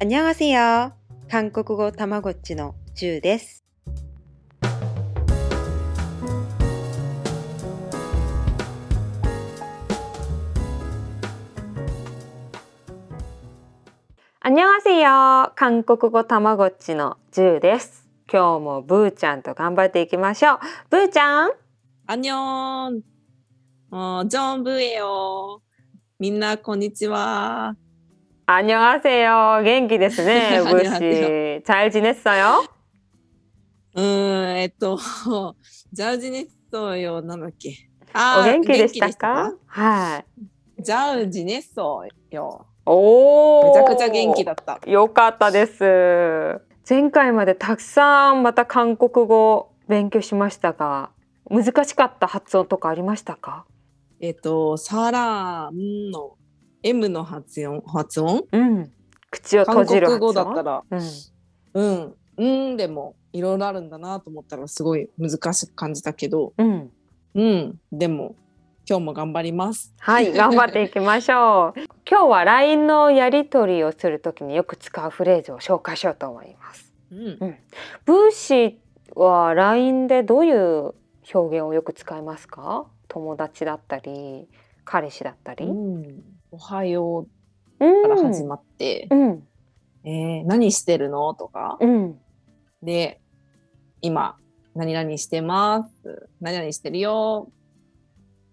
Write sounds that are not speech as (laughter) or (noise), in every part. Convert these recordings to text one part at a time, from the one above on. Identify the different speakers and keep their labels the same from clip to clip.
Speaker 1: 안녕하세요韓国語たまごっちのジュウです。안녕하세요韓国語たまごっちのジュウです。今日もブーちゃんと頑張っていきましょう。ブーちゃん、
Speaker 2: アンニョンもうジョンブエよみんなこんにちは
Speaker 1: 안녕하세 (laughs) 요元気ですね、ブー씨。
Speaker 2: 안
Speaker 1: 잘지냈어요
Speaker 2: うーんえっ (laughs) とジャウジネッソよなんだっけ
Speaker 1: お
Speaker 2: あー
Speaker 1: 元気でしたか
Speaker 2: 元
Speaker 1: はい。
Speaker 2: 気でしたかジャウジネッソよ
Speaker 1: お
Speaker 2: め
Speaker 1: お。
Speaker 2: ちゃくちゃ元気だった
Speaker 1: よかったです。前回までたくさんまた韓国語を勉強しましたが、難しかった発音とかありましたか？
Speaker 2: えっとサランの M の発音発音
Speaker 1: うん。口を閉
Speaker 2: 韓
Speaker 1: じ
Speaker 2: 国
Speaker 1: る発音。
Speaker 2: 語だったら
Speaker 1: うん。
Speaker 2: うんうんでもいろいろあるんだなと思ったらすごい難しく感じたけど
Speaker 1: うん。
Speaker 2: うんでも今日も頑張ります
Speaker 1: はい、頑張っていきましょう。
Speaker 2: (laughs)
Speaker 1: 今日は LINE のやり取りをするときによく使うフレーズを紹介しようと思います。
Speaker 2: うん
Speaker 1: ブーシーは LINE でどういう表現をよく使いますか？友達だったり、彼氏だったり。
Speaker 2: うん、おはよ
Speaker 1: うん
Speaker 2: うから始まって、
Speaker 1: うん。
Speaker 2: えー何してるのとか、
Speaker 1: うん。
Speaker 2: で、今、何々してます、何々してるよ、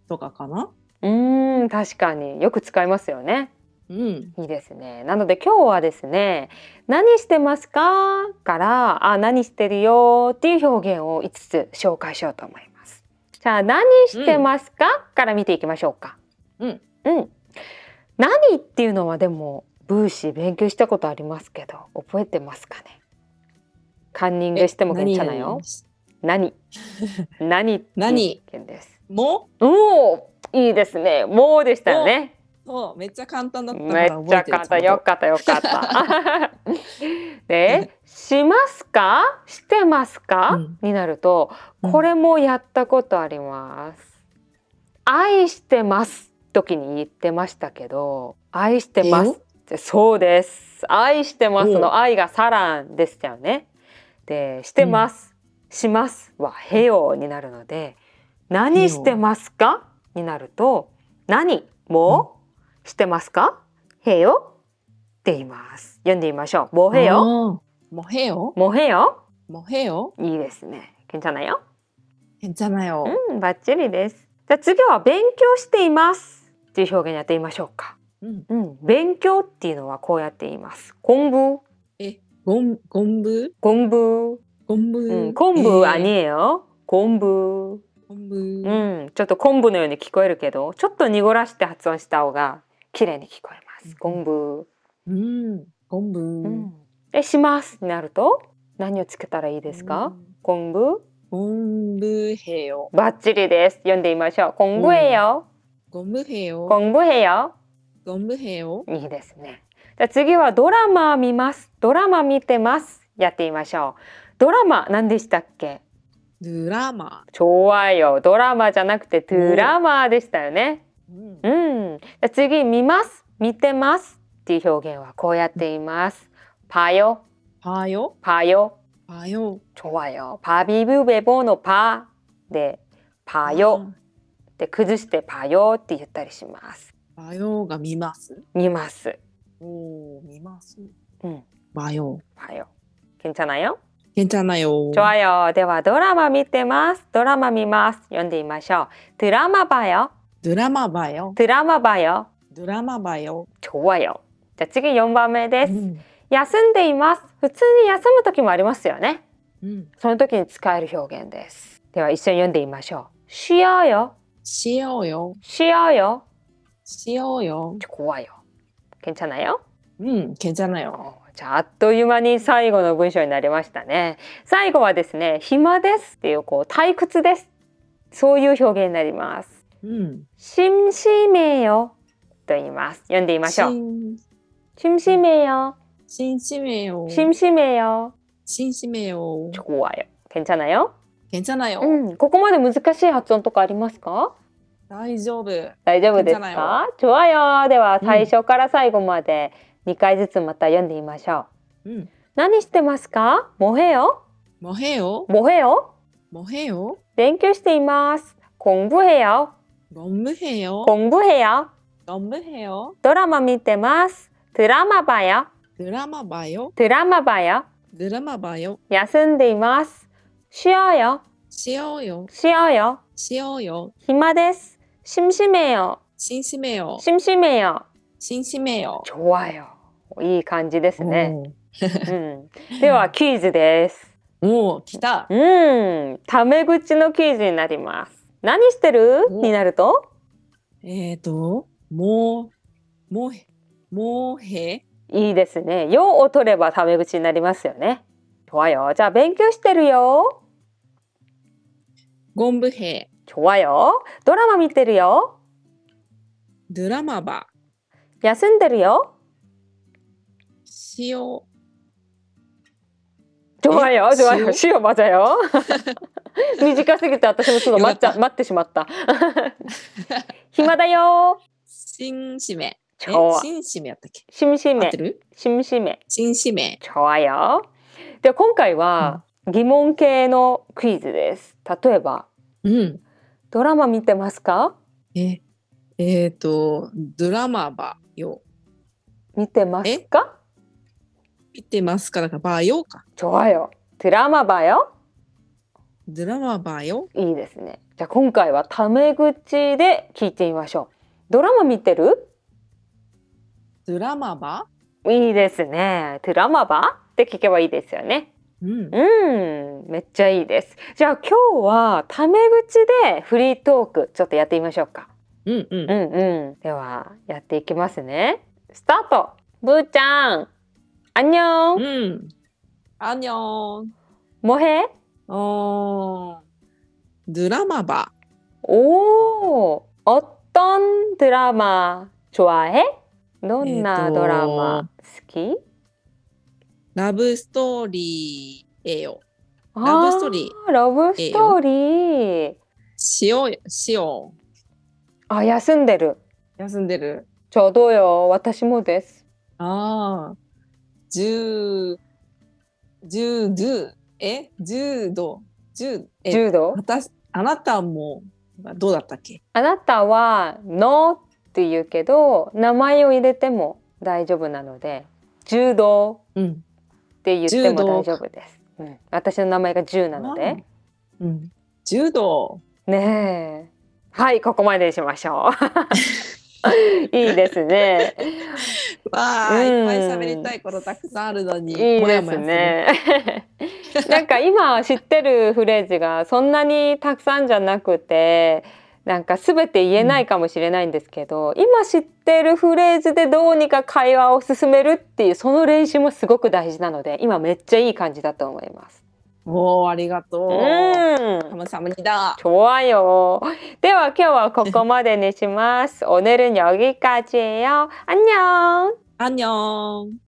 Speaker 2: とかかな
Speaker 1: うーん確かによく使いますよね
Speaker 2: うん。
Speaker 1: いいですねなので今日はですね何してますかからあ何してるよっていう表現を5つ紹介しようと思いますじゃあ何してますか、から見ていきましょうか
Speaker 2: うん
Speaker 1: うん何っていうのはでもブーシー勉強したことありますけど覚えてますかねカンニングしても괜찮아요何何
Speaker 2: (laughs)
Speaker 1: っていう
Speaker 2: 何
Speaker 1: 表現です
Speaker 2: も
Speaker 1: おおいいですねもうでしたよね
Speaker 2: そう、めっちゃ簡単だったか
Speaker 1: めっ
Speaker 2: ら
Speaker 1: ちゃ簡単よ。かったよかった
Speaker 2: (laughs)
Speaker 1: (laughs) で「しますか?」「してますか
Speaker 2: うん
Speaker 1: になるとこれもやったことあります。愛してます時に言ってましたけど「愛してます」ってそうです「愛してます」
Speaker 2: おう
Speaker 1: の「愛」が「サラン」でしたよね。で「してます」します」は「へよ」になるので「何してますか?」になると「何もしてますか?」「へよ」って言います。読んでみましょう。「も
Speaker 2: も
Speaker 1: へよ」
Speaker 2: よ。もへよ
Speaker 1: 「もへよ
Speaker 2: もへよ」
Speaker 1: いいですね。괜찮아요
Speaker 2: へんちゃなよ。
Speaker 1: うん、バッチリです。じゃあ次は勉強していますっていう表現やってみましょうか。
Speaker 2: うん。
Speaker 1: うん、勉強っていうのはこうやって言います。昆布、
Speaker 2: え、ゴン、ゴンブ
Speaker 1: 昆布、
Speaker 2: ゴンブ
Speaker 1: うん、昆布아니에요。昆布、
Speaker 2: ゴンブ
Speaker 1: うん、ちょっと昆布のように聞こえるけど、ちょっと濁らして発音した方が綺麗に聞こえま
Speaker 2: うん
Speaker 1: す。昆布、
Speaker 2: うん。ゴンブ
Speaker 1: うん、えしますになると何をつけたらいいですか？昆布、
Speaker 2: ゴンブヘヨ。
Speaker 1: バッチリです。読んでみましょう。昆布へよ、
Speaker 2: ゴンブヘヨ。
Speaker 1: 昆布へよ。
Speaker 2: ゴンブヘヨ。
Speaker 1: いいですね。じゃあ次はドラマ見ます。ドラマ見てます。やってみましょう。ドラマ何でしたっけ？
Speaker 2: ドラマ。
Speaker 1: 超愛よ。ドラマじゃなくてドゥラマでしたよね。
Speaker 2: うん
Speaker 1: う。ん。じゃあ次見ます。見てます。っていう表現はこうやっています。パヨ
Speaker 2: パヨ。
Speaker 1: パヨ
Speaker 2: パヨ。
Speaker 1: 超愛よ。パビブベボのパでパヨ。で崩してパヨって言ったりします。
Speaker 2: パヨが見ます。
Speaker 1: 見ます。
Speaker 2: おお、見ます。
Speaker 1: うん。
Speaker 2: パヨ。
Speaker 1: パヨ。괜찮아요？
Speaker 2: けんちゃなよ。
Speaker 1: 좋아요ではドラマ見てます。ドラマ見ます。読んでみましょう。ドラマ봐요。
Speaker 2: ドラマばよ。
Speaker 1: ドラマ봐요。 음.
Speaker 2: ドラマばよ。
Speaker 1: 좋아요。じゃあ次4番目です。
Speaker 2: ん。
Speaker 1: 休んでいます。普通に休む時もありますよね。
Speaker 2: うん。
Speaker 1: その時に使える表現です。では一緒に読んでみましょう。しようよ。
Speaker 2: しようよ。
Speaker 1: しようよ。
Speaker 2: しようよ。
Speaker 1: 좋아요。괜찮아요
Speaker 2: うん。けんちゃなよ。
Speaker 1: おじゃああっという間に最後の文章になりましたね。最後はですね、暇ですっていうこう退屈です。そういう表現になります。
Speaker 2: うん。
Speaker 1: 음. 심심해요と言います。読んでみましょう。
Speaker 2: う。
Speaker 1: 심심해요
Speaker 2: しんしめよ。
Speaker 1: 심심해요
Speaker 2: しんしめよ。
Speaker 1: 좋아요괜찮아요
Speaker 2: けんちゃなよ。
Speaker 1: うん。ここまで難しい発音とかありますか
Speaker 2: 大丈夫。
Speaker 1: 大丈夫です
Speaker 2: 괜찮아요
Speaker 1: か좋아요では最初から最後まで2回ずつまた読んでみましょう。 음.
Speaker 2: うん。
Speaker 1: 何してますかもへよ
Speaker 2: もへよ。
Speaker 1: もへよ
Speaker 2: もへよ。
Speaker 1: 勉強しています。공부해요
Speaker 2: ごむへよ。
Speaker 1: 공부해요
Speaker 2: ごむへよ。
Speaker 1: ドラマ見てます。ドラマ봐요
Speaker 2: ドラマばよ。
Speaker 1: ドラマ봐요
Speaker 2: ドラマばよ。
Speaker 1: 休んでいます。쉬어요
Speaker 2: しようよ。
Speaker 1: 쉬어요
Speaker 2: しようよ。
Speaker 1: 暇です。심심해요
Speaker 2: しんしめよ。
Speaker 1: 심심해요
Speaker 2: しんしめよ。
Speaker 1: 좋아요いい感じですね。
Speaker 2: ね。
Speaker 1: (laughs) うん、ではクイズです。
Speaker 2: もう来た。
Speaker 1: うん、タメ口のクイズになります。何してる
Speaker 2: お
Speaker 1: になると、
Speaker 2: えっと、もう、もへ、もへ、
Speaker 1: いいですね。よを取ればタメ口になりますよね。좋아요じゃあ勉強してるよ。
Speaker 2: ごんぶへ、
Speaker 1: 좋아요ドラマ見てるよ。
Speaker 2: ドラマば、
Speaker 1: 休んでるよ。
Speaker 2: しよう。
Speaker 1: 좋아요
Speaker 2: え
Speaker 1: 좋아요しよまざよ。短すぎて私もちょっと待っち
Speaker 2: よかっ
Speaker 1: ゃ待ってしまった。暇だよ。
Speaker 2: しんしめ。え
Speaker 1: 좋아 、
Speaker 2: しんしめやったっけ
Speaker 1: 심심
Speaker 2: 合っ
Speaker 1: 해
Speaker 2: てる
Speaker 1: 심심해
Speaker 2: しんしめ。
Speaker 1: 좋아요で今回は疑問系のクイズです。例えば
Speaker 2: うん。
Speaker 1: ドラマ見てますか？
Speaker 2: え、えっと、ドラマばよ。
Speaker 1: 見てますか？
Speaker 2: 見てますかだから、ばよか。
Speaker 1: 좋아요ドラマばよ。
Speaker 2: ドラマばよ。
Speaker 1: いいですね。じゃあ今回はタメ口で聞いてみましょう。ドラマ見てる？
Speaker 2: ドラマば
Speaker 1: いいですね。ドラマばって聞けばいいですよね。
Speaker 2: うん。
Speaker 1: うん、めっちゃいいです。じゃあ今日はタメ口でフリートークちょっとやってみましょうか。
Speaker 2: うんうん
Speaker 1: う。んうん。ではやっていきますね。スタート。ブーちゃん、あんにょん、
Speaker 2: うん。あにょん。
Speaker 1: もへ。
Speaker 2: おードラマば。
Speaker 1: おお、어떤드라마좋아해？どんなドラマ好き？
Speaker 2: ラブストーリーえよ。
Speaker 1: あ
Speaker 2: ラブストーリ
Speaker 1: ー。ラブストーリー。
Speaker 2: しようよ、しよう。
Speaker 1: あ、休んでる。
Speaker 2: 休んでる。
Speaker 1: ちょうどよ。私もです。
Speaker 2: ああ。じゅう、じゅう、じゅう、え、じゅうど、じゅう、え、
Speaker 1: 柔道。
Speaker 2: 私、あなたも、どうだったっけ
Speaker 1: あなたは「の」って言うけど名前を入れても大丈夫なので「柔道
Speaker 2: うん。」
Speaker 1: って言っても大
Speaker 2: 柔
Speaker 1: 丈
Speaker 2: 道
Speaker 1: 夫です。うん、私の名前が「柔」なので。
Speaker 2: うん。柔道。
Speaker 1: ねえはいここまでにしましょう。いいですね。
Speaker 2: わあ、
Speaker 1: うん
Speaker 2: いっぱい喋りたいことたくさんあるのに。
Speaker 1: いい
Speaker 2: も
Speaker 1: で
Speaker 2: やも
Speaker 1: す
Speaker 2: やる。
Speaker 1: ね。 (laughs) なんか今知ってるフレーズがそんなにたくさんじゃなくてなんか全て言えないかもしれないんですけど、今知ってるフレーズでどうにか会話を進めるっていうその練習もすごく大事なので今めっちゃいい感じだと思います。
Speaker 2: おお、ありが
Speaker 1: う
Speaker 2: とう。
Speaker 1: ん
Speaker 2: たまさまにだ。
Speaker 1: 좋아요では今日はここまでにします。오늘은여기까지예요안녕
Speaker 2: あんにょん。